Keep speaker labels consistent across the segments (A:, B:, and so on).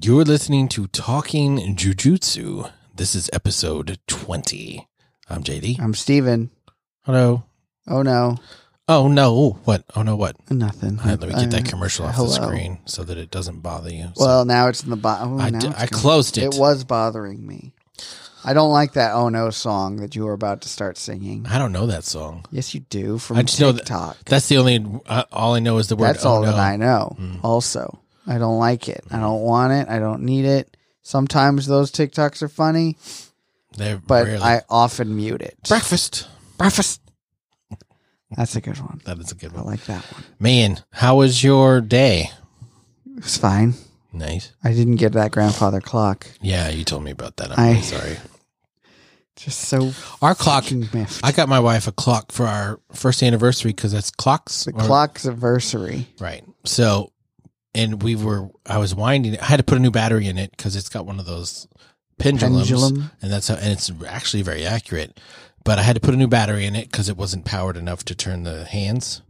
A: You're listening to Talking Jujutsu. This is episode 20. I'm JD.
B: I'm Steven.
A: Hello.
B: Oh no,
A: Oh, no. What? Oh, no. What?
B: nothing. Uh,
A: All right, let me get that commercial off the
B: hello.
A: screen so that it doesn't bother you. So-
B: Well, now it's in the bottom.
A: I d- I closed it.
B: It was bothering me. I don't like that "Oh No" song that you were about to start singing.
A: I don't know that song.
B: Yes, you do from
A: I just know that-
B: TikTok.
A: That's the only, uh, all I know is the word.
B: That's all
A: oh, no.
B: that I know.
A: Mm.
B: Also, I don't like it. I don't want it. I don't need it. Sometimes those TikToks are funny,
A: They're
B: but
A: rarely-
B: I often mute it.
A: Breakfast.
B: Breakfast. That's a good one.
A: That is a good
B: I
A: one.
B: like that one.
A: Man, how was your day?
B: It was fine.
A: Nice.
B: I didn't get that grandfather clock.
A: Yeah, you told me about that. I'm
B: I-
A: really sorry.
B: Just so
A: Our clock.
B: fucking miffed.
A: I got my wife a clock for our first anniversary because that's clocks.
B: The
A: or-
B: clock's anniversary.
A: Right. So, and we were, I was winding it. I had to put a new battery in it because it's got one of those pendulums.
B: Pendulum.
A: And that's how, and it's actually very accurate. But I had to put a new battery in it because it wasn't powered enough to turn the hands.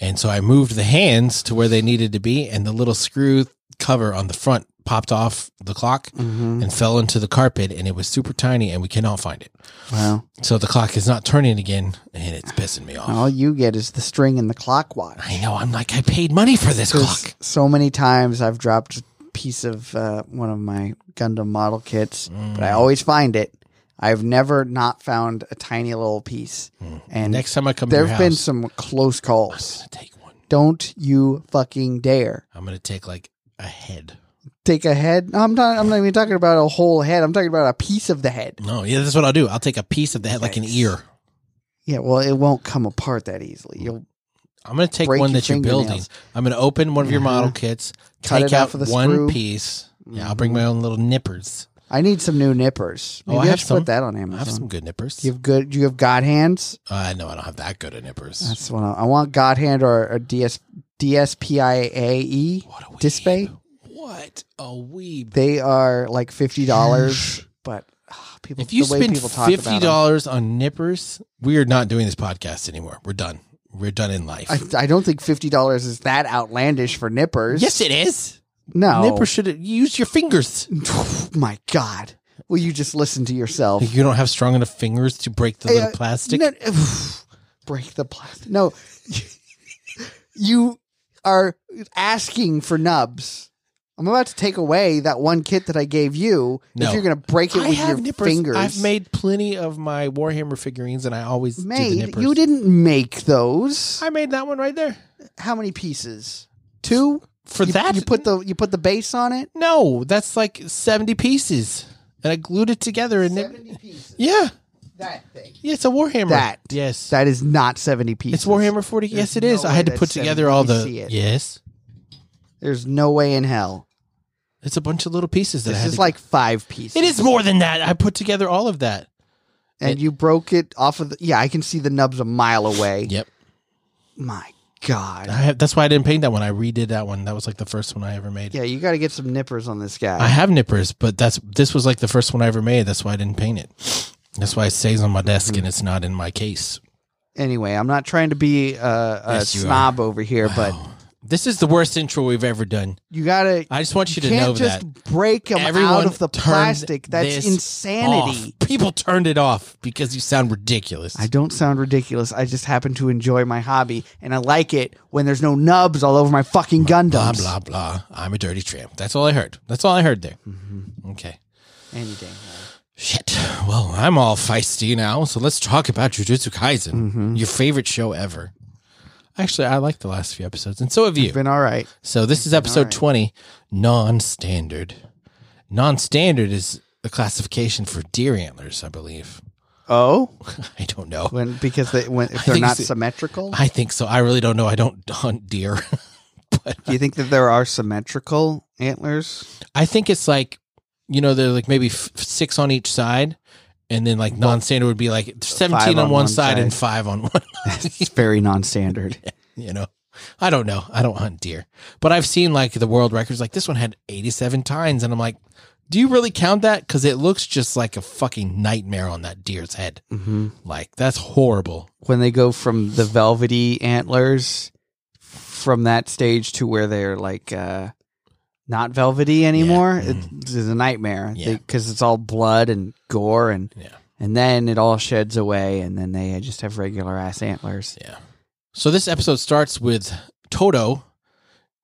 A: And so I moved the hands to where they needed to be, and the little screw cover on the front popped off the clock
B: Mm-hmm.
A: and fell into the carpet, and it was super tiny, and we cannot find it.
B: Well,
A: So the clock is not turning again, and it's pissing me off.
B: all you get is the string and the clock watch.
A: Oh. I know. I'm like, I paid money for this
B: 'Cause
A: clock.
B: So many times I've dropped a piece of uh, one of my Gundam model kits, but I
A: Mm.
B: always find it. I've never not found a tiny little piece. And
A: Mm. Next time I come to
B: there
A: your
B: have been
A: house,
B: some close calls.
A: I'm gonna take one.
B: Don't you fucking dare
A: I'm gonna take like a head.
B: take a head. No, I'm not. I'm not even talking about a whole head. I'm talking about a piece of the head.
A: No, yeah, that's what I'll do. I'll take a piece of the head, like an
B: Yikes.
A: ear.
B: Yeah. Well, it won't come apart that easily. You'll
A: I'm gonna take
B: Break
A: one
B: your
A: that you're
B: fingernails.
A: building. I'm gonna open one of your
B: Uh-huh.
A: model kits,
B: Cut
A: take
B: it off
A: out
B: with a
A: one
B: screw. Mm-hmm.
A: piece. Yeah, I'll bring my own little nippers.
B: I need some new nippers.
A: Oh,
B: Maybe
A: I
B: I,
A: have
B: should
A: some.
B: put that on
A: I
B: Amazon.
A: have some good nippers.
B: Do you have good? Do you have God hands?
A: Uh, no, I don't have that good of nippers.
B: That's one. I, I want God hand or a DS DSPIAE.
A: What a weeb.
B: Dispay?
A: What a weeb.
B: E. They are like fifty dollars, but ah, people
A: If you
B: the way
A: spend
B: people talk
A: fifty
B: about them,
A: dollars on nippers, we are not doing this podcast anymore. We're done. We're done in life.
B: I, I don't think fifty dollars is that outlandish for nippers.
A: yes, it is.
B: no.
A: Nippers should use your fingers.
B: My God, will you just listen to yourself?
A: You don't have strong enough fingers to break the little
B: Uh,
A: plastic.
B: No, break the plastic. No, you are asking for nubs. I'm about to take away that one kit that I gave you.
A: No.
B: If you're going to break it
A: I
B: with
A: have
B: your
A: nippers.
B: fingers,
A: I've made plenty of my Warhammer figurines, and I always do the
B: made.
A: nippers.
B: You didn't make those.
A: I made that one right there
B: How many pieces? Two.
A: for
B: you,
A: that.
B: you put the you put the base on it.
A: no, that's like seventy pieces, and I glued it together. And it,
B: pieces.
A: yeah,
B: That thing.
A: yeah, it's a Warhammer.
B: That.
A: yes,
B: That is not seventy pieces.
A: it's Warhammer forty. yes, it
B: no
A: is. I
B: way
A: had to
B: that's
A: put
B: 70.
A: together all
B: I
A: the.
B: see it.
A: Yes,
B: There's no way in hell.
A: it's a bunch of little pieces that I
B: This
A: had
B: is
A: to-
B: like five pieces.
A: It is more than that. I put together all of that.
B: and you broke it off of the yeah i can see the nubs a mile away
A: Yep,
B: my
A: I
B: god
A: have, that's why I didn't paint that one. I redid that one. That was like the first one I ever made.
B: yeah you got to get some nippers on this guy
A: I have nippers, but that's this was like the first one I ever made. That's why I didn't paint it. That's why it stays on my desk
B: Mm-hmm.
A: and it's not in my case.
B: anyway i'm not trying to be uh, a
A: Yes, you
B: snob over here but
A: Oh. This is the worst intro we've ever done.
B: you gotta
A: I just want you, to
B: can't
A: know
B: just
A: that
B: break them
A: everyone
B: out of the
A: turned
B: plastic
A: this
B: that's insanity
A: off. People turned it off because you sound ridiculous.
B: i don't sound ridiculous i just happen to enjoy my hobby and i like it when there's no nubs all over my fucking gundams
A: blah blah blah. I'm a dirty tramp. That's all I heard. That's all I heard there.
B: Mm-hmm.
A: Okay.
B: any day
A: Shit. Well, I'm all feisty now, so let's talk about Jujutsu Kaisen, your favorite show ever. Actually, I like the last few episodes, and so have you.
B: been all right
A: So this is episode 20, non-standard. Non-standard is the classification for deer antlers, I believe.
B: oh
A: I don't know.
B: when because they when if
A: think
B: they're not
A: it's-
B: symmetrical
A: I think so. I really don't know. I don't hunt deer.
B: Do you think that there are symmetrical antlers?
A: I think it's like, you know, they're like maybe f- six on each side. And then like non-standard would be like 17 on,
B: on
A: one
B: one
A: side, and
B: side.
A: five on one,
B: It's very non-standard.
A: you know. I don't know. I don't hunt deer. But I've seen like the world records like this one had 87 tines and I'm like, "Do you really count that cuz it looks just like a fucking nightmare on that deer's head."
B: hmm
A: Like that's horrible.
B: When they go from the velvety antlers, from that stage to where they're like uh, not velvety anymore. It's, it's a nightmare
A: Yeah.
B: because it's all blood and gore and
A: Yeah.
B: and then it all sheds away and then they just have regular ass antlers.
A: Yeah. So this episode starts with Toto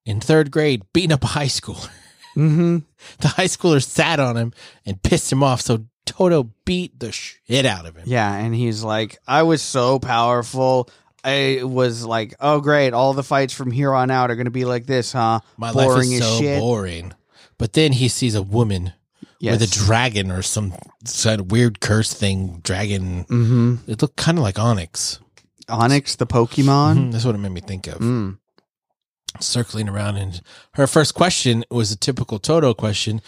A: in third grade beating up a high schooler.
B: Mm-hmm.
A: The high schooler sat on him and pissed him off. So Toto beat the shit out of him.
B: Yeah, and he's like, I was so powerful. I was like, oh great, all the fights from here on out are going to be like this, huh?
A: My life
B: Boring
A: is
B: as
A: so
B: shit.
A: boring. But then he sees a woman
B: Yes.
A: with a dragon or some sort of weird curse thing. Dragon.
B: mm-hmm.
A: It looked kind of like Onyx.
B: Onyx the Pokemon.
A: Mhm, That's what it made me think of.
B: Mm.
A: Circling around. And her first question was a typical Toto question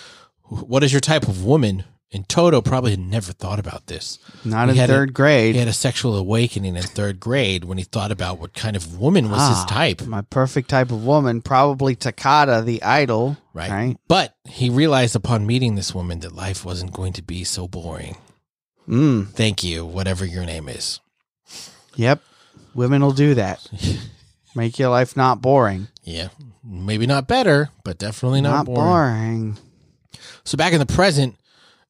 A: "Wh- What is your type of woman? And Toto probably had never thought about this.
B: Not
A: He
B: in
A: had a-
B: third grade.
A: He had a sexual awakening in third grade when he thought about what kind of woman was
B: Ah,
A: his type,
B: My perfect type of woman, probably Takata the idol.
A: right?
B: Right.
A: But he realized upon meeting this woman that life wasn't going to be so boring.
B: Mm.
A: Thank you, whatever your name is.
B: Yep. Women will do that. Make your life not boring.
A: Yeah, maybe not better, but definitely not, boring.
B: boring.
A: So back in the present,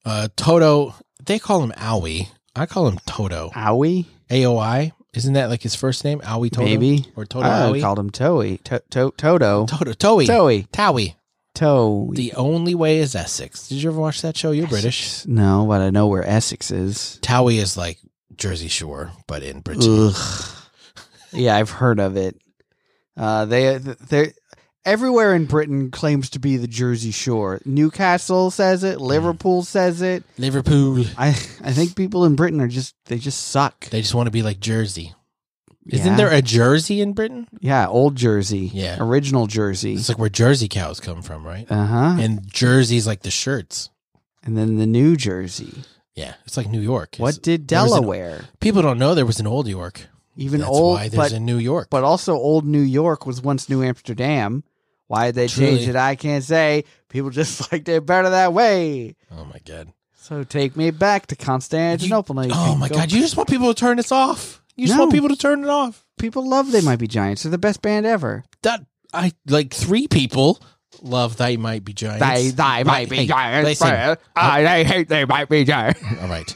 A: uh, Toto, they call him Owie. I call him Toto.
B: Owie?
A: AOI, isn't that like his first name? Owie Toto?
B: Maybe.
A: Or Toto
B: I
A: Owie?
B: called him Toey. To- to- Toto.
A: Toto, Towie.
B: Toey.
A: Towie.
B: Toey.
A: The only way is Essex. Did you ever watch that show? You're British.
B: No, but I know where Essex is.
A: Towie is like Jersey Shore, but in Britain.
B: Ugh. yeah, I've heard of it. Uh, they they everywhere in Britain claims to be the Jersey Shore. Newcastle says
A: Mm.
B: it. Liverpool says it.
A: Liverpool.
B: I I think people in Britain are just they just suck.
A: They just want to be like Jersey. Isn't
B: Yeah.
A: there a Jersey in Britain?
B: Yeah, old Jersey.
A: Yeah.
B: original Jersey.
A: It's like where Jersey cows come from, right?
B: Uh huh.
A: And Jersey's like the shirts.
B: And then the New Jersey.
A: Yeah, it's like New York.
B: What
A: It's-
B: did
A: there was an-
B: Delaware?
A: people don't know there was an old York.
B: Even
A: That's
B: old,
A: why there's
B: but
A: a New York.
B: but also old New York was once New Amsterdam. Why did they change
A: Truly.
B: it? I can't say. People just like they're better that way.
A: oh my god.
B: So take me back to Constantinople. Now you
A: Oh
B: can
A: my
B: go-
A: god. You just want people to turn this off. You just want
B: No.
A: people to turn it off.
B: People love they might be giants. They're the best band ever.
A: That I like three people love they might be giants.
B: They they might be
A: hey,
B: giants.
A: listen.
B: but I they hate they might be giants.
A: All right.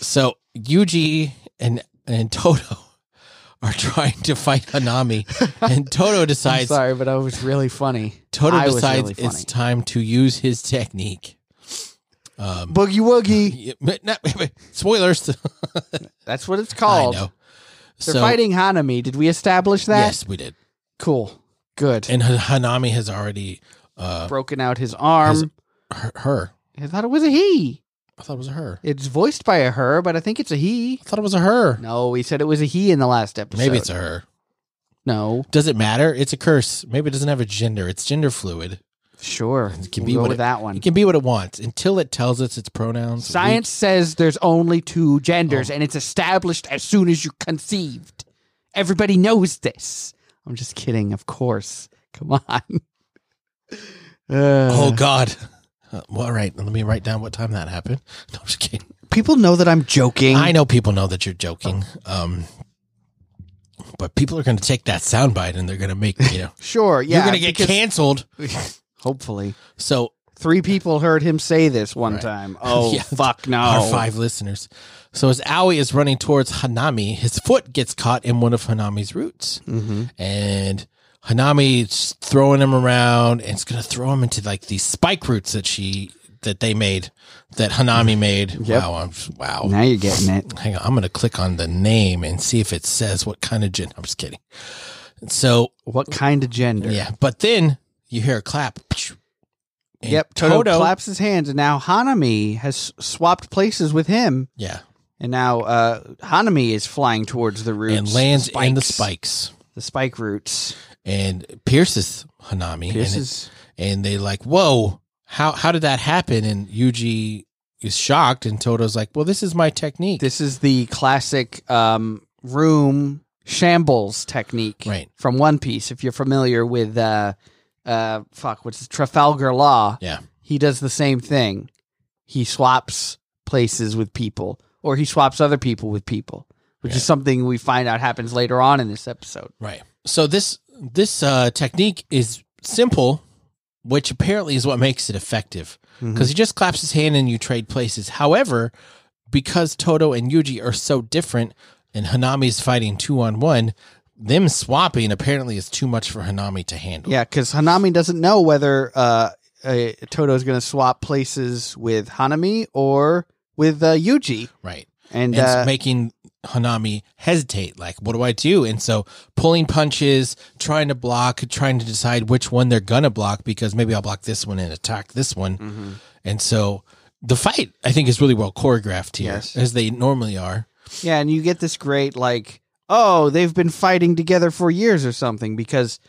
A: So Yuji and and Toto are trying to fight Hanami, and Toto
B: I'm
A: decides
B: sorry, but I was really funny.
A: Toto
B: I was
A: decides
B: really funny.
A: it's time to use his technique. Um,
B: Boogie Woogie.
A: yeah, but not- spoilers.
B: That's what it's
A: I
B: called.
A: know.
B: They're fighting Hanami. Did we establish that?
A: Yes, we did.
B: Cool. Good.
A: And Han- Hanami has already uh,
B: Broken out his arm.
A: His- her, her.
B: I thought it was a he.
A: I thought it was a her.
B: It's voiced by a her, but I think it's a he.
A: I thought it was a her.
B: No, we said it was a he in the last episode.
A: Maybe it's a her.
B: no.
A: Does it matter? It's a curse. Maybe it doesn't have a gender. It's gender fluid.
B: Sure,
A: It can
B: we'll
A: be
B: go
A: what
B: with
A: it-
B: that one.
A: It can be what it wants until it tells us its pronouns. we-
B: Science says there's only two genders, and it's established as soon as you're conceived. Everybody knows this. I'm just kidding, of course. Come on. Uh,
A: oh God. Uh, well, all right. Let me write down what time that happened. No, I'm just kidding.
B: people know that I'm joking.
A: I know people know that you're joking. Um, but people are going to take that soundbite and they're going to make you know
B: Sure, yeah.
A: you're going to get
B: because-
A: canceled.
B: Hopefully,
A: So
B: three people heard him say this one
A: Right.
B: time. Oh
A: Yeah.
B: fuck no!
A: our five listeners. So as Aoi is running towards Hanami, his foot gets caught in one of Hanami's roots.
B: Mm-hmm.
A: and Hanami's throwing him around and it's gonna throw him into like these spike roots that she that they made that Hanami made.
B: Yep.
A: Wow, I'm wow.
B: Now you're getting it.
A: Hang on, I'm gonna click on the name and see if it says what kind of gin. I'm just kidding. So
B: What kind of gender?
A: yeah, but then you hear a clap. And
B: Yep. Toto, claps his hands, and now Hanami has swapped places with him,
A: Yeah,
B: and now uh, Hanami is flying towards the roots
A: and lands in the
B: spikes.
A: spikes
B: The spike roots.
A: and pierces Hanami. and it-
B: Pierces.
A: and they like, "Whoa, how how did that happen?" And Yuji is shocked, and Toto's like, "Well, this is my technique."
B: This is the classic um, room shambles technique
A: Right.
B: from One Piece. If you're familiar with, uh, uh, fuck, what's it, Trafalgar Law?
A: Yeah.
B: he does the same thing. He swaps places with people, or he swaps other people with people, which
A: Yeah.
B: is something we find out happens later on in this episode.
A: right. So this this uh, technique is simple which apparently is what makes it effective
B: Mm-hmm.
A: because he just claps his hand and you trade places. However, because Toto and Yuji are so different and Hanami's fighting two on one, them swapping apparently is too much for Hanami to handle.
B: Yeah, because Hanami doesn't know whether uh, uh, Toto is going to swap places with Hanami or with uh, Yuji.
A: Right. and
B: And, uh,
A: it's making Hanami hesitate. Like, what do I do? And so pulling punches, trying to block, trying to decide which one they're gonna block because maybe I'll block this one and attack this one.
B: Mm-hmm.
A: And so the fight, I think, is really well choreographed here,
B: Yes.
A: as they normally are.
B: yeah, and you get this great like, oh, they've been fighting together for years or something because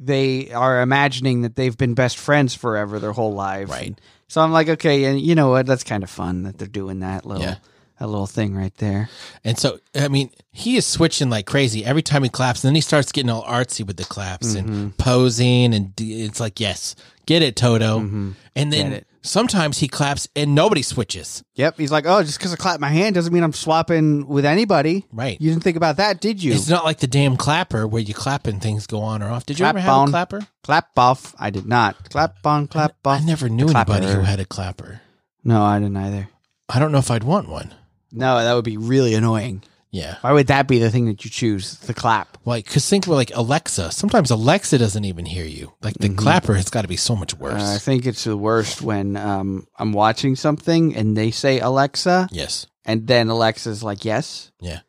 B: they are imagining that they've been best friends forever their whole lives.
A: Right.
B: And so I'm like, okay, and you know what? That's kind of fun that they're doing that little
A: Yeah.
B: that little thing right there.
A: And so, I mean, he is switching like crazy every time he claps. And then he starts getting all artsy with the claps
B: Mm-hmm.
A: and posing. And d- it's like, yes, get it, Toto. And
B: Mm-hmm. Get
A: then
B: it.
A: sometimes he claps and nobody switches.
B: Yep, he's like, oh, just because I clap my hand doesn't mean I'm swapping with anybody.
A: Right.
B: You didn't think about that, did you?
A: It's not like the damn clapper where you clap and things go on or off. Did you ever
B: Clap
A: have
B: on.
A: a clapper?
B: clap off. I did not. Clap on, clap off.
A: I never knew
B: Oh, clapper.
A: anybody who had a clapper.
B: No, I didn't either.
A: I don't know if I'd want one.
B: No, that would be really annoying.
A: Yeah.
B: Why would that be the thing that you choose? The clap.
A: Like, because think we're like Alexa. Sometimes Alexa doesn't even hear you. Like, the clapper has got to be so much worse.
B: Uh, Mm-hmm. I think it's the worst when um, I'm watching something and they say Alexa,
A: yes.
B: and then Alexa's like, yes.
A: Yeah.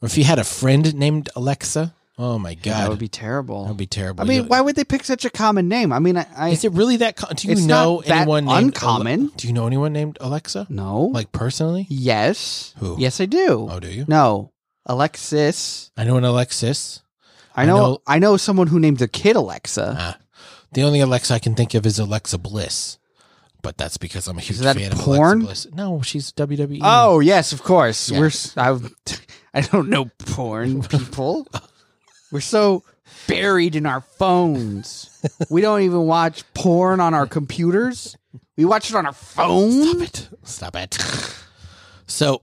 A: Or if you had a friend named Alexa, oh my God.
B: That would be terrible.
A: That would be terrible.
B: I mean,
A: You-
B: why would they pick such a common name? I mean, I. I
A: is it really that? Co- do you
B: It's
A: know
B: not that
A: anyone named Ale-
B: uncommon.
A: do you know anyone named Alexa?
B: no.
A: Like personally?
B: yes.
A: Who?
B: Yes, I do.
A: Oh, do you?
B: No. Alexis.
A: I know an Alexis.
B: I
A: I
B: know, I know.
A: know-
B: someone who named their kid Alexa.
A: Ah, the only Alexa I can think of is Alexa Bliss, but that's because I'm a huge
B: that
A: fan
B: porn?
A: of Alexa Bliss. No, she's E. WWE.
B: Oh yes, of course.
A: Yeah.
B: We're s- I've, I don't know porn people. We're so buried in our phones. we don't even watch porn on our computers. We watch it on our phone.
A: stop it! Stop it! So,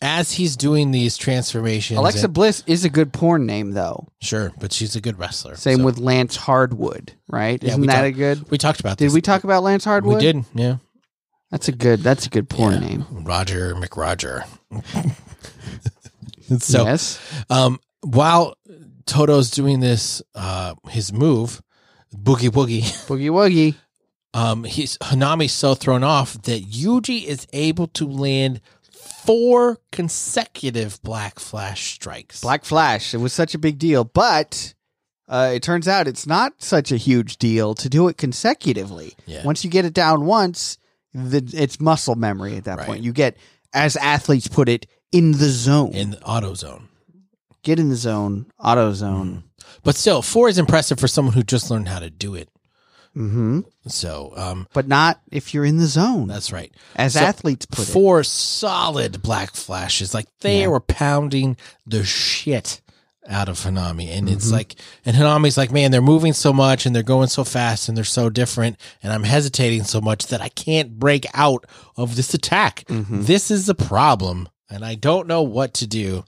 A: as he's doing these transformations,
B: Alexa
A: and-
B: Bliss is a good porn name though.
A: sure, but she's a good wrestler.
B: Same
A: So,
B: with Lance Hardwood, right?
A: Yeah,
B: Isn't
A: we
B: that
A: talk-
B: a good?
A: we talked about.
B: Did
A: this.
B: we talk about Lance Hardwood?
A: We did. Yeah,
B: That's a good. That's a good porn
A: Yeah.
B: name.
A: Roger McRoger. so,
B: yes.
A: Um, while Toto's doing this, uh, his move, boogie boogie,
B: Boogie Woogie.
A: um, he's Hanami's so thrown off that Yuji is able to land four consecutive black flash strikes.
B: Black Flash. It was such a big deal, but uh, it turns out it's not such a huge deal to do it consecutively.
A: Yeah.
B: Once you get it down once, the, it's muscle memory at that
A: Right.
B: point. You get, as athletes put it, in the zone.
A: in the auto zone.
B: get in the zone, auto zone.
A: But still, four is impressive for someone who just learned how to do it. Mm.
B: hmm
A: So, um,
B: But not if you're in the zone,
A: that's right.
B: as
A: so
B: athletes put it.
A: Four solid black flashes. Like they
B: Yeah.
A: were pounding the shit out of Hanami. And it's
B: Mm-hmm.
A: like, and Hanami's like, man, they're moving so much and they're going so fast and they're so different. And I'm hesitating so much that I can't break out of this attack.
B: Mm-hmm.
A: This is the problem. And I don't know what to do.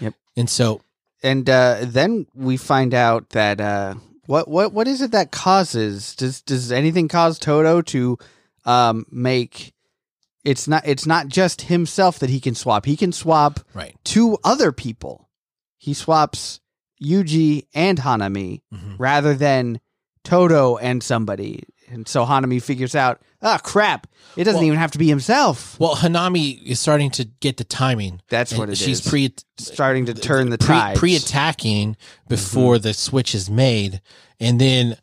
B: Yep.
A: And so,
B: And uh, then we find out that uh, what what what is it that causes? Does does anything cause Toto to um, make? It's not it's not just himself that he can swap. He can swap
A: right.
B: two other people. He swaps Yuji and Hanami
A: Mhm.
B: rather than Toto and somebody. And so Hanami figures out, ah, crap! It doesn't
A: Well-
B: even have to be himself.
A: Well, Hanami is starting to get the timing.
B: That's what
A: and
B: it is.
A: she's pre
B: starting to turn the
A: pre
B: tides.
A: pre attacking before
B: Mm-hmm.
A: the switch is made, and then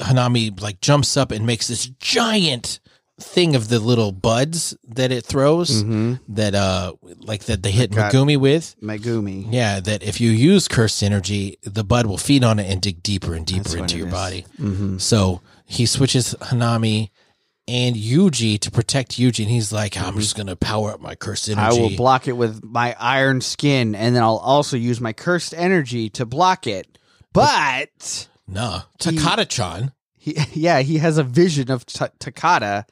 A: Hanami like jumps up and makes this giant thing of the little buds that it throws
B: Mhm.
A: that uh like that they hit
B: Got-
A: Megumi with.
B: Megumi.
A: Yeah, that if you use cursed energy, the bud will feed on it and dig deeper and deeper
B: That's what
A: into
B: it
A: your
B: is.
A: body.
B: Mm-hmm.
A: So he switches Hanami and Yuji to protect Yuji, and he's like, "I'm just gonna power up my cursed
B: Mm-hmm. I
A: energy."
B: will block it with my iron skin, and then I'll also use my cursed energy to block it. But
A: nah, Takata-chan.
B: he, yeah, he has a vision of t- Takata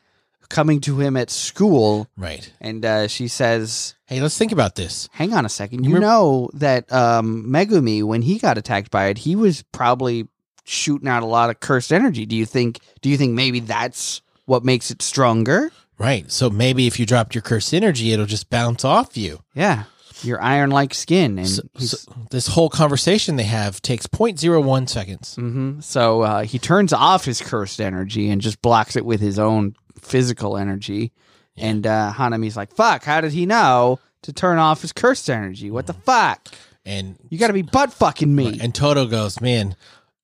B: coming to him at school,
A: Right.
B: and uh, she says,
A: Hey, let's think about this.
B: "Hang on a second.
A: You
B: You
A: remem-
B: know that um, Megumi, when he got attacked by it, he was probably shooting out a lot of cursed energy. Do you think? Do you think maybe that's what makes it stronger?
A: Right. So maybe if you dropped your curse energy, it'll just bounce off you.
B: Yeah, your iron-like skin, and
A: So,
B: he's-
A: so this whole conversation they have takes 0.01 seconds.
B: hmm So uh, he turns off his cursed energy and just blocks it with his own physical energy. And uh, Hanami's like, "Fuck! How did he know to turn off his cursed energy? What the fuck?
A: And
B: You got to be butt fucking me."
A: and Toto goes, man.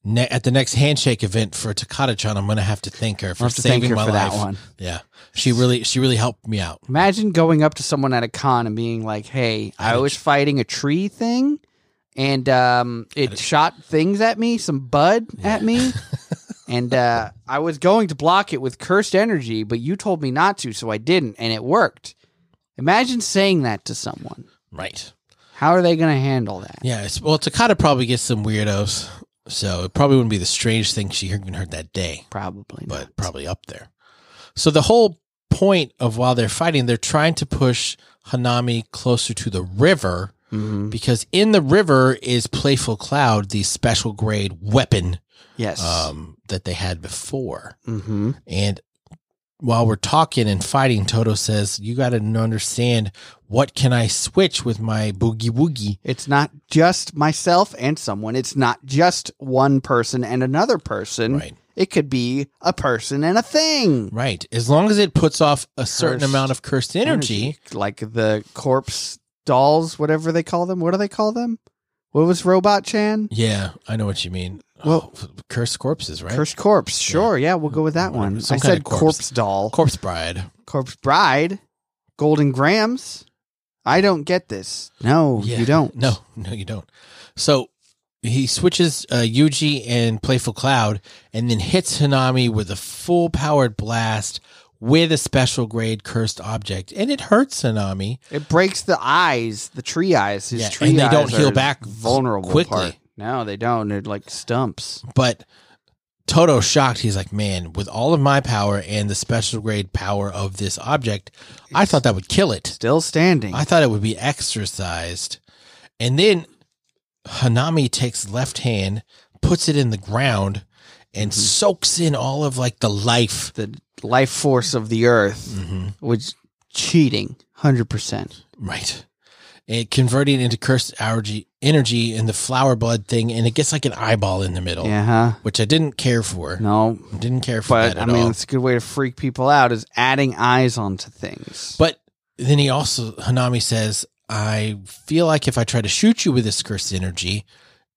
A: Ne- at the next handshake event for Takata-chan, I'm gonna have to thank her for
B: have to thank
A: saving
B: her
A: my
B: for that
A: life.
B: one.
A: Yeah, she really, she really helped me out.
B: Imagine going up to someone at a con and being like, "Hey, I was fighting a tree thing, and um, it shot things at me, some bud at me, and uh, I was going to block it with cursed energy, but you told me not to, so I didn't, and it worked." Imagine saying that to someone.
A: Right?
B: How are they going to handle that?
A: Yeah. It's, well, Takata probably gets some weirdos, so it probably wouldn't be the strange thing she even heard that day.
B: Probably, not.
A: but probably up there. So the whole point of while they're fighting, they're trying to push Hanami closer to the river
B: Mhm.
A: because in the river is Playful Cloud, the special grade weapon
B: yes.
A: um, that they had before.
B: hmm
A: And while we're talking and fighting, Toto says, "You got to understand what can I switch with my boogie woogie."
B: It's not just myself and someone. It's not just one person and another person.
A: Right,
B: It could be a person and a thing.
A: right. As long as it puts off a certain
B: Cursed
A: amount of cursed energy,
B: Like the corpse dolls, whatever they call them. What do they call them? What was Robot Chan?
A: Yeah, I know what you mean.
B: Well-
A: oh, cursed corpses, right?
B: Cursed Corpse. Sure. Yeah, we'll go with that
A: Whatever.
B: one.
A: Some
B: I
A: kind
B: said
A: of corpse.
B: corpse doll.
A: corpse bride.
B: Corpse Bride. Golden Grams. I don't get this. No,
A: Yeah.
B: you don't.
A: No, no, you don't. So he switches uh, Yuji and Playful Cloud, and then hits Hanami with a full powered blast with a special grade cursed object, and it hurts Hanami.
B: It breaks the eyes, the tree eyes. His
A: Yeah,
B: tree
A: and they
B: eyes
A: don't heal
B: are
A: back
B: vulnerable
A: quickly.
B: part. No, they don't. They're like stumps.
A: But Toto shocked. He's like, "Man, with all of my power and the special grade power of this object, I thought that would kill it."
B: Still standing.
A: I thought it would be exercised. And then Hanami takes left hand, puts it in the ground, and
B: Mm-hmm.
A: soaks in all of like the life.
B: the life force of the earth
A: Mhm.
B: was cheating 100%.
A: Right. It converted into cursed energy, energy in the flower blood thing, and it gets like an eyeball in the middle,
B: Yeah, huh?
A: which I didn't care for.
B: No.
A: Didn't care for
B: But
A: that
B: I
A: at
B: mean,
A: all.
B: it's a good way to freak people out is adding eyes onto things.
A: But then he also Hanami says, "I feel like if I try to shoot you with this cursed energy,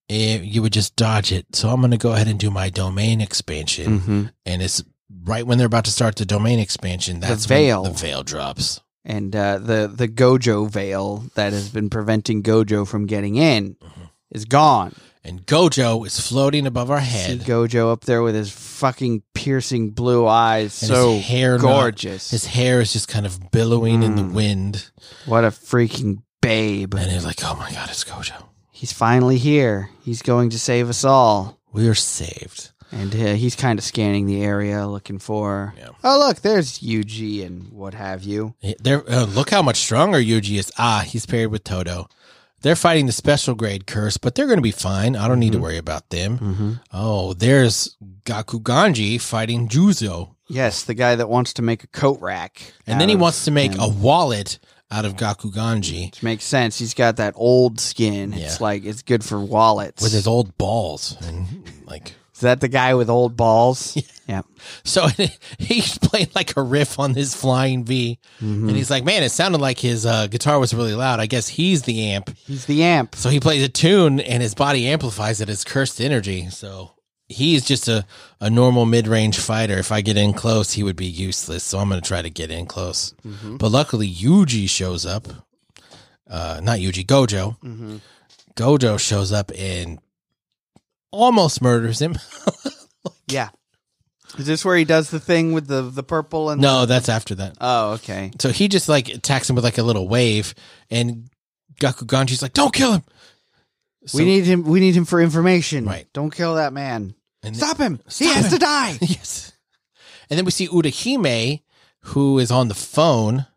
A: eh, you would just dodge it. So I'm going to go ahead and do my domain expansion."
B: Mhm.
A: and it's right when they're about to start the domain expansion. That's
B: veil.
A: When the veil drops.
B: and uh, the the Gojo veil that has been preventing Gojo from getting in
A: Mm-hmm.
B: is gone.
A: And Gojo is floating above our
B: See
A: head.
B: Gojo up there with his fucking piercing blue eyes,
A: and
B: so
A: his hair not-
B: gorgeous.
A: his hair is just kind of billowing in the
B: Mm.
A: wind.
B: what a freaking babe!
A: And he's like, oh my God, it's Gojo.
B: He's finally here. He's going to save us all.
A: We are saved.
B: And uh, he's kind of scanning the area, looking for.
A: Yeah.
B: Oh look, there's Yuji and what have you.
A: They're, uh, look how much stronger Yuji is. Ah, he's paired with Toto. They're fighting the special grade curse, but they're going to be fine. I don't need to worry about them.
B: Mm-hmm.
A: Oh, there's Gakuganji fighting Juzo.
B: Yes, the guy that wants to make a coat rack,
A: And then
B: out
A: he
B: of
A: wants to make
B: him.
A: a wallet out of Gakuganji.
B: Which makes sense. He's got that old skin. It's
A: Yeah.
B: like it's good for wallets.
A: with his old balls and like
B: Is that the guy with old balls? Yeah.
A: so he's playing like a riff on this flying V
B: Mhm.
A: and he's like man it sounded like his uh, guitar was really loud I guess he's the amp
B: He's the amp.
A: so he plays a tune and his body amplifies it as cursed energy so he's just a, a normal mid-range fighter if I get in close he would be useless so I'm gonna try to get in close
B: Mm-hmm.
A: but luckily Yuji shows up uh not Yuji Gojo
B: Mm-hmm.
A: Gojo shows up and almost murders him
B: Yeah. Is this where he does the thing with the the purple and
A: no that's after that
B: Oh, okay.
A: So he just like attacks him with like a little wave, and Gakuganji's like, "Don't kill him." So-
B: we need him. We need him for information.
A: Right.
B: Don't kill that man.
A: and
B: Stop him. he
A: Stop
B: has
A: him.
B: to die.
A: yes. And then we see Udahime, who is on the phone,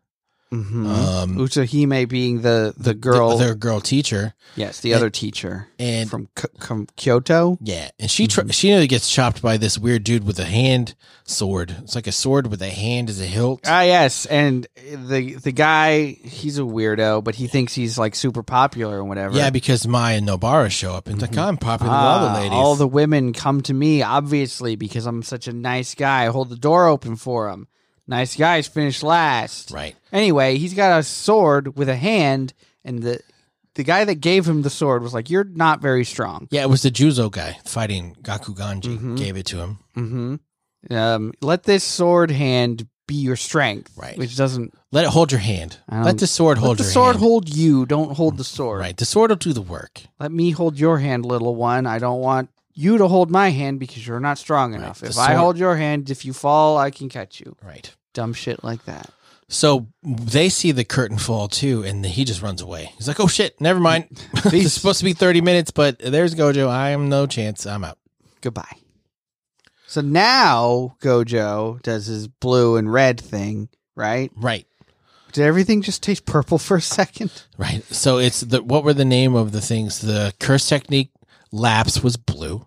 B: Mm-hmm.
A: Um,
B: Utsuhime being the the girl.
A: their girl teacher,
B: yes, the
A: and-
B: other teacher
A: and
B: from Mm-hmm. K- from Kyoto.
A: yeah, and she tr- she nearly gets chopped by this weird dude with a hand sword. It's like a sword with a hand as a hilt.
B: Ah, yes, and the the guy he's a weirdo, but he thinks he's like super popular and whatever.
A: yeah, because Maya and Nobara show up and it's like I'm popular with all
B: Ah,
A: the ladies.
B: all the women come to me, obviously, because I'm such a nice guy. I hold the door open for them. Nice guys finish last.
A: right.
B: Anyway, he's got a sword with a hand, and the the guy that gave him the sword was like, "You're not very strong."
A: Yeah, it was the Juzo guy fighting Gakuganji.
B: Mhm.
A: Gave it to him.
B: Mm-hmm. Um, let this sword hand be your strength,
A: Right.
B: Which doesn't
A: Let it hold your hand.
B: I don't-
A: Let the sword hold
B: let the
A: your
B: sword
A: hand. Mm,
B: hold you. Don't hold the sword.
A: right. The sword will do the work.
B: Let me hold your hand, little one. I don't want you to hold my hand because you're not strong
A: Right.
B: enough.
A: The
B: If I
A: sword-
B: hold your hand, if you fall, I can catch you.
A: Right.
B: Dumb shit like that.
A: So they see the curtain fall too, and he just runs away. He's like, "Oh shit, never mind. this is
B: Peace.
A: supposed to be thirty minutes, but there's Gojo. I am no chance. I'm out."
B: Goodbye. So now Gojo does his blue and red thing, right?
A: Right,
B: Did everything just taste purple for a second?
A: right. So it's the what were the name of the things? The curse technique lapse was blue.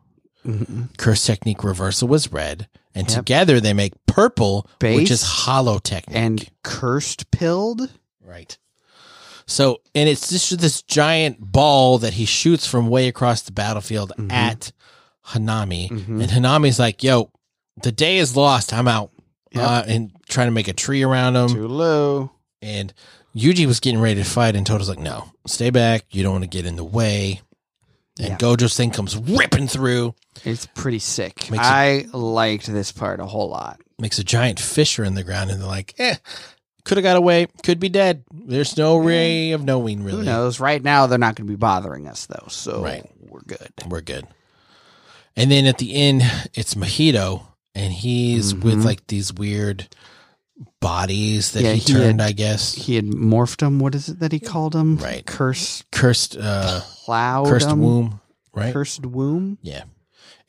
A: Curse technique reversal was red, and
B: Yep.
A: together they make purple, which
B: Base
A: is hollow technique.
B: And cursed pilled?
A: Right. So, and it's just this giant ball that he shoots from way across the battlefield
B: Mhm.
A: at Hanami.
B: Mhm.
A: And Hanami's like, yo, the day is lost. I'm out.
B: Yep.
A: Uh, and trying to make a tree around him.
B: Too low.
A: And Yuji was getting ready to fight. And Toto's like, no, stay back. You don't want to get in the way. And
B: Yeah.
A: Gojo's thing comes ripping through,
B: It's pretty sick.
A: Makes it-
B: I liked this part a whole lot.
A: makes a giant fissure in the ground. And they're like, eh, could have got away. Could be dead. There's no way of knowing, really.
B: Who knows? Right now, they're not going to be bothering us, though. So
A: Right.
B: we're good.
A: we're good. And then at the end, it's Mojito, and he's with
B: Mhm.
A: like these weird bodies that
B: Yeah,
A: he,
B: he
A: turned, I guess,
B: He had morphed him. What is it that he called him?
A: Right.
B: Curse
A: cursed, uh,
B: cloud.
A: cursed womb, right?
B: Cursed womb.
A: yeah.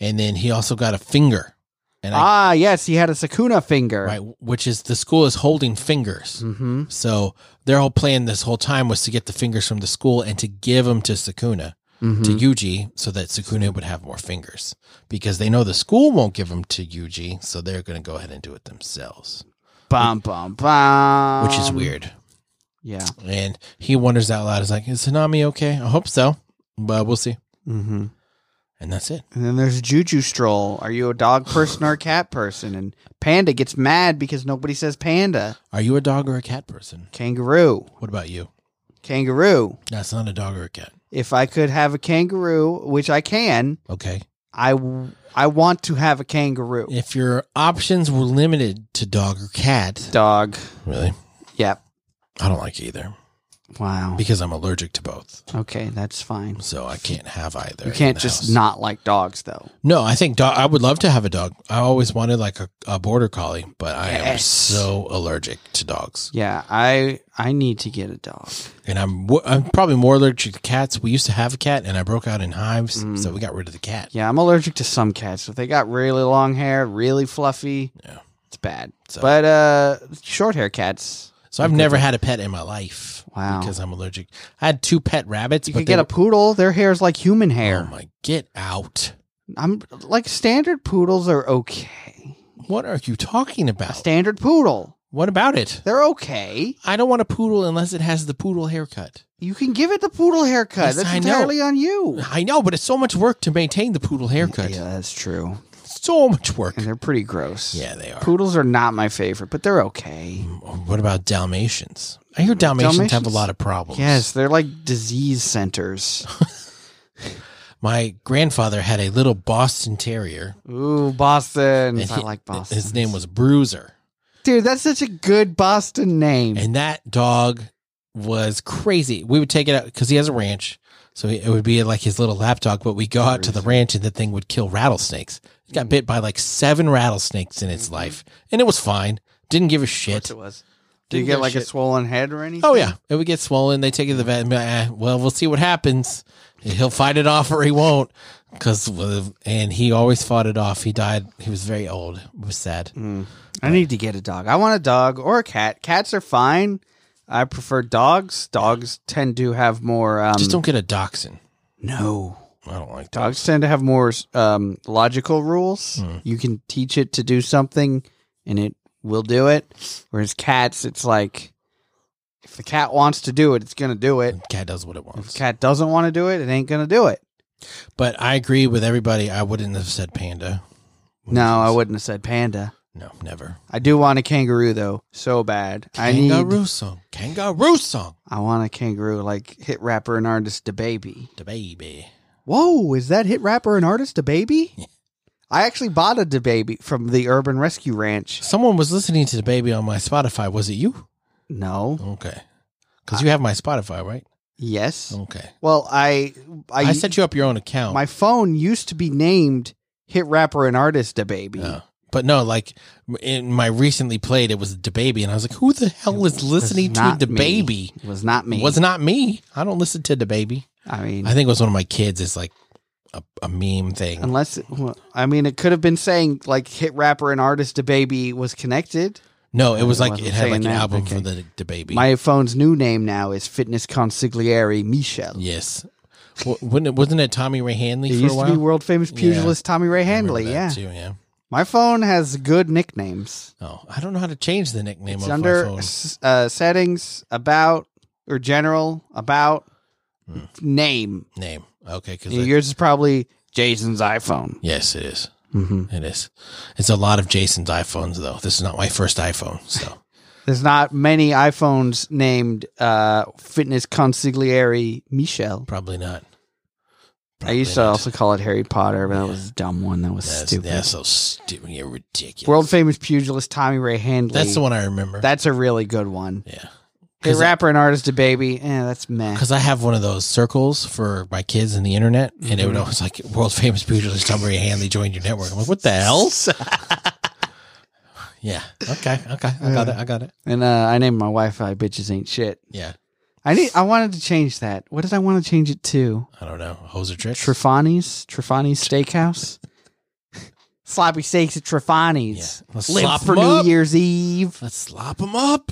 A: And then he also got a finger, and I,
B: ah, yes. He had a Sakuna finger.
A: right, which is the school is holding fingers.
B: Mm-hmm.
A: So their whole plan this whole time was to get the fingers from the school and to give them to Sakuna,
B: Mm-hmm.
A: to Yuji, so that Sakuna would have more fingers because they know the school won't give them to Yuji, so they're going to go ahead and do it themselves.
B: Bum, bum, bum.
A: which is weird.
B: Yeah.
A: And he wonders out loud, he's like, is Tsunami okay? I hope so, but we'll see.
B: Mm-hmm.
A: And that's it.
B: And then there's Juju Stroll. Are you a dog person or a cat person? And Panda gets mad because nobody says panda.
A: Are you a dog or a cat person?
B: Kangaroo.
A: What about you?
B: Kangaroo.
A: That's not a dog or a cat.
B: If I could have a kangaroo, which I can,
A: Okay.
B: I, w- I want to have a kangaroo.
A: If your options were limited to dog or cat,
B: Dog.
A: really,
B: Yep.
A: I don't like either
B: Wow.
A: because I'm allergic to both.
B: Okay, that's fine.
A: So I can't have either.
B: You
A: in
B: can't
A: the
B: just
A: house.
B: not like dogs, though.
A: No, I think dog, I would love to have a dog. I always wanted like a, a border collie, but I am
B: Yes.
A: so allergic to dogs.
B: Yeah, I I need to get a dog.
A: and I'm wo- I'm probably more allergic to cats. We used to have a cat, and I broke out in hives,
B: Mm.
A: so we got rid of the cat.
B: Yeah, I'm allergic to some cats. If they got really long hair, really fluffy,
A: Yeah.
B: it's bad.
A: So,
B: But uh, short hair cats.
A: so I've
B: Okay.
A: never had a pet in my life
B: Wow.
A: because I'm allergic. I had two pet rabbits,
B: you
A: but
B: could
A: they
B: get a
A: were-
B: poodle. Their hair is like human hair.
A: Oh my, get out!
B: I'm like standard poodles are okay.
A: What are you talking
B: A
A: about?
B: standard poodle,
A: what about it?
B: they're okay.
A: I don't want a poodle unless it has the poodle haircut.
B: You can give it the poodle haircut.
A: Yes,
B: That's
A: I know.
B: entirely on you.
A: I know, but it's so much work to maintain the poodle haircut.
B: Yeah, that's true.
A: So much work.
B: And they're pretty gross.
A: Yeah, they are.
B: Poodles are not my favorite, but they're okay.
A: What about Dalmatians? I hear Dalmatians, have a
B: Dalmatians?
A: lot of problems.
B: Yes, they're like disease centers.
A: My grandfather had a little Boston Terrier.
B: Ooh, Boston.
A: And
B: I
A: he-
B: like Boston.
A: His name was Bruiser.
B: Dude, that's such a good Boston name.
A: And that dog was crazy. We would take it out because he has a ranch. So it would be like his little lap dog, but we go out to the ranch and the thing would kill rattlesnakes. It
B: Hmm.
A: got bit by like seven rattlesnakes in its life and it was fine. Didn't give a shit.
B: Of course Mm-hmm. it was. Do you
A: Didn't give
B: get
A: a
B: like a
A: shit.
B: swollen head or anything?
A: Oh, yeah. It would get swollen. They take it to the vet and be like, "Ah, well, we'll see what happens. He'll fight it off or he won't. Cause, well, and he always fought it off. He died. He was very old. It was sad.
B: Mm. I need to get a dog. I want a dog or a cat. Cats are fine. I prefer dogs. Dogs tend to have more. Um,
A: Just don't get a dachshund.
B: No,
A: I don't like dogs.
B: dogs tend to have more um, logical rules.
A: Hmm.
B: You can teach it to do something, and it will do it. Whereas cats, it's like if the cat wants to do it, it's gonna do it.
A: Cat does what it
B: If
A: wants.
B: the cat doesn't want to do it, it ain't gonna do it.
A: but I agree with everybody. I wouldn't have said panda.
B: No, I wouldn't have said panda.
A: No, never.
B: I do want a kangaroo though, so bad. I
A: Kangaroo
B: need.
A: song. Kangaroo song.
B: I want a kangaroo like hit rapper and artist the baby.
A: The baby.
B: Whoa, is that hit rapper and artist a baby?
A: Yeah.
B: I actually bought a DaBaby from the Urban Rescue Ranch.
A: Someone was listening to the baby on my Spotify. Was it you?
B: No.
A: Okay. Because you have my Spotify, right?
B: Yes.
A: Okay.
B: Well, I I,
A: I, set you up your own account.
B: my phone used to be named Hit Rapper and Artist DaBaby.
A: Yeah. But no, like in my recently played, it was the baby, and I was like, "Who the hell is listening to
B: not
A: the
B: me.
A: baby?"
B: It was not me.
A: Was not me. I don't listen to the baby.
B: I mean,
A: I think it was one of my kids. It's like a, a meme thing.
B: unless it, well, I mean it could have been saying like Hit Rapper and Artist DaBaby was connected.
A: No, it was
B: I
A: like
B: wasn't
A: it had like
B: saying
A: an
B: that.
A: album
B: Okay.
A: for the the baby.
B: My phone's new name now is Fitness Consigliere Michel.
A: yes, Wa- wasn't it, wasn't it Tommy Ray Hanley
B: It
A: for a
B: used to
A: while?
B: be world famous
A: Yeah.
B: pugilist Tommy Ray
A: I remember
B: Handley.
A: that
B: Yeah.
A: too, yeah.
B: My phone has good nicknames.
A: Oh, I don't know how to change the nickname
B: It's
A: of my
B: under
A: phone.
B: s- uh, settings, about, or general, about,
A: Hmm.
B: name.
A: name. Okay, because
B: Yours is probably Jason's iPhone.
A: yes, it is.
B: Mm-hmm.
A: It is. It's a lot of Jason's iPhones though. This is not my first iPhone, so.
B: There's not many iPhones named uh, Fitness Consigliere Michel.
A: Probably not.
B: I used to
A: Probably not.
B: also call it Harry Potter, but that was a dumb one. That was
A: That's,
B: stupid.
A: that's so stupid. You're ridiculous.
B: World famous pugilist Tommy Ray Handley.
A: That's the one I remember.
B: That's a really good one.
A: yeah.
B: Hey,
A: Because
B: rapper and artist, a baby. Eh, that's meh.
A: I have one of those circles for my kids in the internet, and it would
B: Mm-hmm.
A: always like world famous pugilist Tom Maria Hanley joined your network. I'm like, what the hell? yeah. Okay. Okay. I got it. I got it.
B: And uh, I named my Wi-Fi bitches ain't shit.
A: Yeah.
B: I need. I wanted to change that. What did I want to change it to?
A: I don't know. Hose or tricks?
B: Trefani's. Trefani's Steakhouse. Sloppy steaks at
A: Yeah.
B: Trefani's.
A: Let's
B: Live
A: slop
B: for
A: them
B: New
A: up.
B: Year's Eve.
A: Let's slop them up.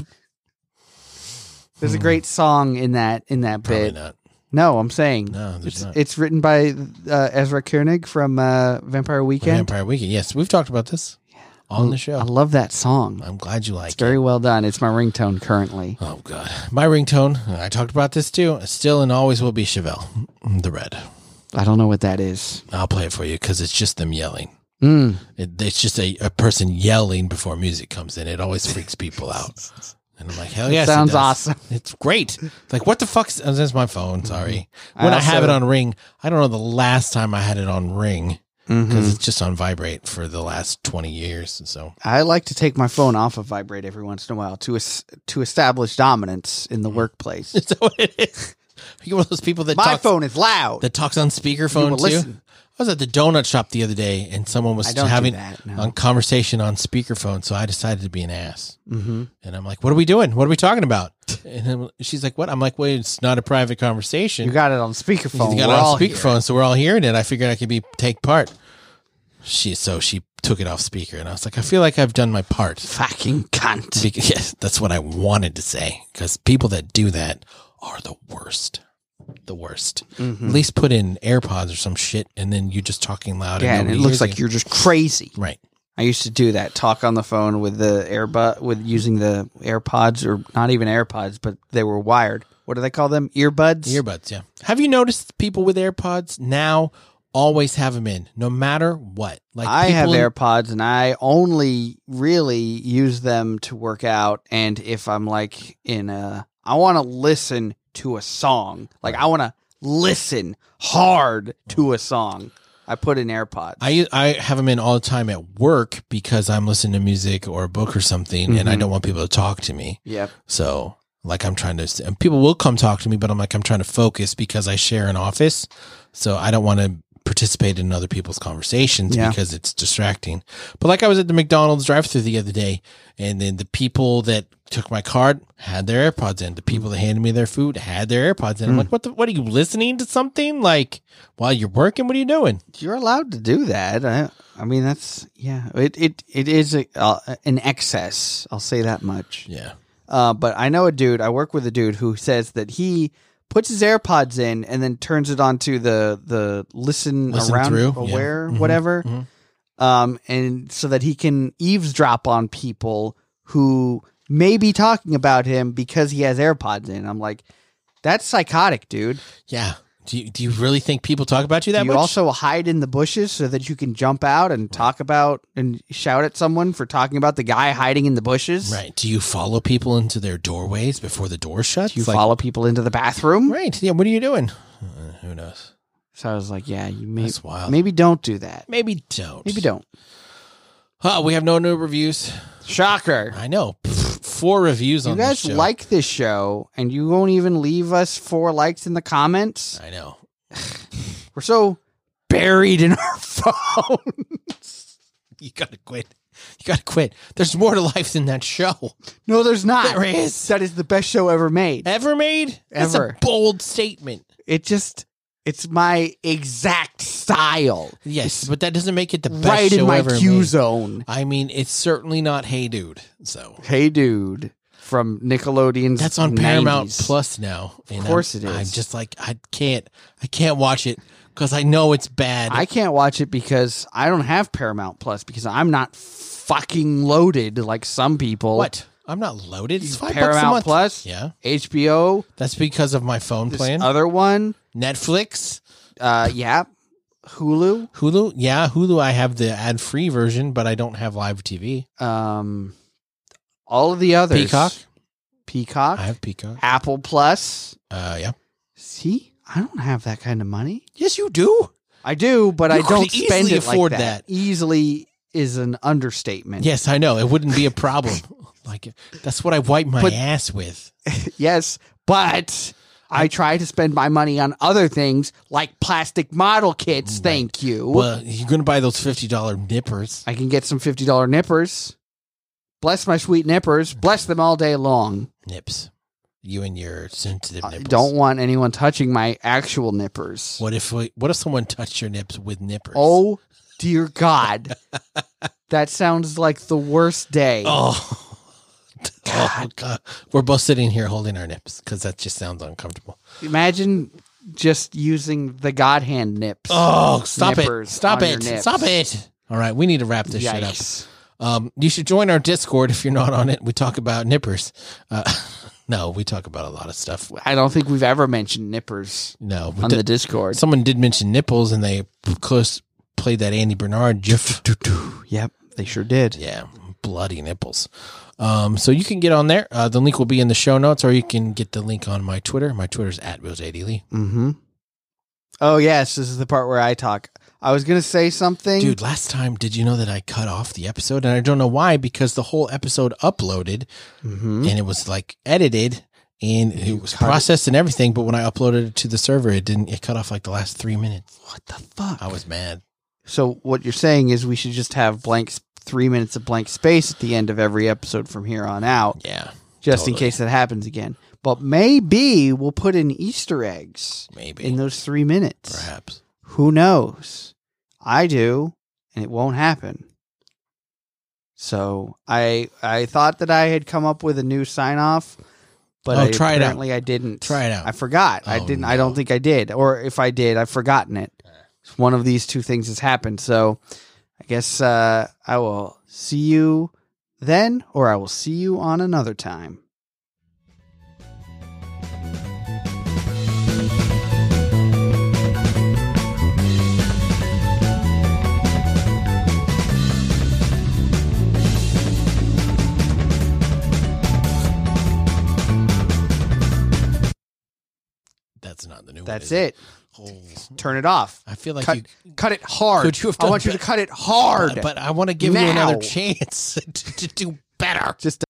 B: There's a
A: Hmm.
B: great song in that in that
A: Probably
B: bit.
A: not.
B: No, I'm saying
A: No, there's
B: it's
A: not.
B: it's written by uh, Ezra Koenig from uh, Vampire Weekend.
A: Vampire Weekend. Yes, we've talked about this on the
B: I
A: show.
B: love that song.
A: I'm glad you like
B: It's very well done. It's my ringtone currently.
A: Oh God, my ringtone. I talked about this too. Still and always will be Chevelle, the red.
B: I don't know what that is.
A: I'll play it for you because it's just them yelling.
B: Mm.
A: It, it's just a, a person yelling before music comes in. It always freaks people out. And I'm like, hell
B: It
A: yes,
B: sounds
A: it does.
B: awesome. Mm-hmm.
A: It's great. Like, what the fuck's? Oh, that's my phone. Sorry. When I,
B: I
A: have
B: also-
A: it on ring, I don't know the last time I had it on ring because
B: Mhm.
A: it's just on vibrate for the last twenty years. So
B: I like to take my phone off of vibrate every once in a while to es- to establish dominance in
A: Hmm.
B: the workplace.
A: is that what it is? Are you one of those people that
B: my
A: talks,
B: phone is loud.
A: that talks on
B: You
A: speakerphone
B: will
A: too?
B: listen.
A: I was at the donut shop the other day and someone was
B: I don't
A: having
B: do that. No.
A: a conversation on speakerphone, so I decided to be an ass.
B: hmm
A: And I'm like, "What are we doing? What are we talking about?" And I'm- she's like, "What?" I'm like, "Well, it's not a private conversation.
B: You got it on
A: You
B: speakerphone.
A: got it
B: We're all
A: on
B: here.
A: speakerphone, so we're all hearing it." I figured I could be take part. She so she took it off speaker, and I was like, "I feel like I've done my part."
B: Fucking cunt.
A: Be- yes, that's what I wanted to say because people that do that are the worst. The worst. At
B: Mhm.
A: least put in AirPods or some shit, and then you're just talking loud.
B: Yeah, and
A: nobody
B: it looks
A: hears
B: like
A: you.
B: you're just crazy.
A: right.
B: I used to do that. Talk on the phone with the earbud, with using the AirPods, or not even AirPods, but they were wired. What do they call them? Earbuds.
A: Earbuds, yeah. Have you noticed people with AirPods now always have them in, no matter what? Like
B: I have
A: people in-
B: AirPods and I only really use them to work out and if I'm like in a I want to listen to a song. Like I want to listen hard to a song. I put in AirPods.
A: I I have them in all the time at work because I'm listening to music or a book or something, and I
B: Mhm.
A: don't want people to talk to me.
B: yep.
A: So like I'm trying to, and people will come talk to me, but I'm like I'm trying to focus because I share an office, so I don't want to participate in other people's conversations
B: Yeah.
A: because it's distracting. But like I was at the McDonald's drive-through the other day, and then the people that took my card had their AirPods in. The people that handed me their food had their AirPods in. I'm
B: Mm.
A: like, what? The, what are you listening to something like while you're working? What are you doing?
B: You're allowed to do that. I, I mean that's yeah. It it it is a, uh, an excess. I'll say that much.
A: Yeah,
B: Uh, but I know a dude. I work with a dude who says that he puts his AirPods in and then turns it onto the the listen,
A: Listen
B: around
A: through, yeah.
B: aware
A: Mhm,
B: whatever,
A: mhm.
B: um, and so that he can eavesdrop on people who may be talking about him because he has AirPods in. I'm like, that's psychotic, dude.
A: Yeah. Do you, do you really think people talk about you that
B: you
A: much?
B: also hide in the bushes so that you can jump out and talk about and shout at someone for talking about the guy hiding in the bushes.
A: right. Do you follow people into their doorways before the door shuts?
B: Do you
A: Like,
B: follow people into the bathroom?
A: Right. Yeah. What are you doing? Uh, who knows?
B: So I was like, yeah, you may,
A: That's wild.
B: maybe don't do that.
A: Maybe don't.
B: Maybe don't.
A: Oh, we have no new reviews.
B: Shocker.
A: I know. Pfft, Four reviews
B: You
A: on this
B: guys
A: show.
B: like this show and you won't even leave us four likes in the comments.
A: I know.
B: We're so buried in our phone.
A: You gotta quit. You gotta quit. There's more to life than that show
B: no, there's not.
A: There is. Eh.
B: That is the best show ever made.
A: ever made. That's
B: Ever.
A: a bold statement.
B: It just it's my exact style.
A: Yes, but that doesn't make it the best
B: right
A: show
B: in my
A: ever
B: Q
A: made.
B: zone.
A: I mean, it's certainly not Hey Dude. So
B: Hey dude from Nickelodeon's
A: that's on Paramount
B: 90s.
A: Plus now. and
B: course
A: I'm,
B: it is.
A: I'm just like I can't. I can't watch it because I know it's bad.
B: I can't watch it because I don't have Paramount Plus because I'm not fucking loaded like some people.
A: what? I'm not loaded. It's five bucks a
B: Paramount
A: month.
B: Plus?
A: Yeah,
B: HBO,
A: that's because of my phone
B: this
A: plan.
B: other one,
A: Netflix,
B: uh, yeah, Hulu,
A: Hulu. Yeah, Hulu. I have the ad free version, but I don't have live TV.
B: um, all of the others.
A: Peacock.
B: Peacock,
A: I have Peacock.
B: Apple Plus.
A: Uh, yeah.
B: See, I don't have that kind of money.
A: Yes, you do.
B: I do, but
A: You
B: I
A: could
B: don't spend
A: easily
B: it like
A: afford that.
B: that. Easily is an understatement.
A: Yes, I know. It wouldn't be a problem. like that's what I wipe my
B: But-
A: ass with.
B: Yes, but I try to spend my money on other things like plastic model kits.
A: Right.
B: Thank you.
A: Well, you're gonna buy those fifty dollar nippers.
B: I can get some $50 nippers. Bless my sweet nippers. Bless them all day long.
A: Nips. You and your sensitive
B: I
A: nipples.
B: don't want anyone touching my actual nippers.
A: What if we, what if someone touched your nips with nippers?
B: Oh, dear God. that sounds like the worst day.
A: Oh. Oh, God. We're both sitting here holding our nips because that just sounds uncomfortable.
B: Imagine just using the God hand nips.
A: Oh, stop it.
B: Nippers
A: Stop
B: on your
A: it.
B: nips.
A: Stop it. All right. We need to wrap this shit up.
B: Yikes.
A: Um, you should join our Discord if you're not on it. We talk about nippers. Uh, no, we talk about a lot of stuff.
B: I don't think we've ever mentioned nippers
A: No,
B: on
A: d-
B: the Discord.
A: someone did mention nipples, and they close played that Andy Bernard gif.
B: Yep, they sure did.
A: yeah, bloody nipples. Um, so you can get on there. Uh, the link will be in the show notes, or you can get the link on my Twitter. My Twitter's at Bill J D Lee.
B: Mm-hmm. Oh yes, this is the part where I talk. I was gonna say something.
A: Dude, last time, did you know that I cut off the episode? And I don't know why, because the whole episode uploaded
B: Mhm.
A: and it was like edited and
B: You
A: it was
B: cut it.
A: processed and everything. But when I uploaded it to the server, it didn't, it cut off like the last three minutes.
B: What the fuck?
A: I was mad.
B: so what you're saying is we should just have blank s- three minutes of blank space at the end of every episode from here on out,
A: Yeah,
B: just in
A: Totally.
B: case that happens again. But maybe we'll put in Easter eggs
A: maybe.
B: in those three minutes.
A: Perhaps.
B: Who knows? I do, and it won't happen. So I I thought that I had come up with a new sign off, but
A: Oh,
B: I,
A: try it out.
B: apparently I didn't.
A: Try it out.
B: I forgot. I
A: Oh,
B: didn't. I don't
A: no.
B: think I did, or if I did, I've forgotten it. One of these two things has happened. So I guess uh, I will see you then, or I will see you on another time.
A: That's not the new
B: That's
A: one.
B: it.
A: That's it.
B: Turn it off.
A: I feel like
B: Cut-
A: you
B: Cut it hard.
A: Could you have
B: I
A: done
B: want you to
A: bet-
B: cut it hard.
A: But, but I want to give you another
B: Now.
A: chance to, to do better.
B: Just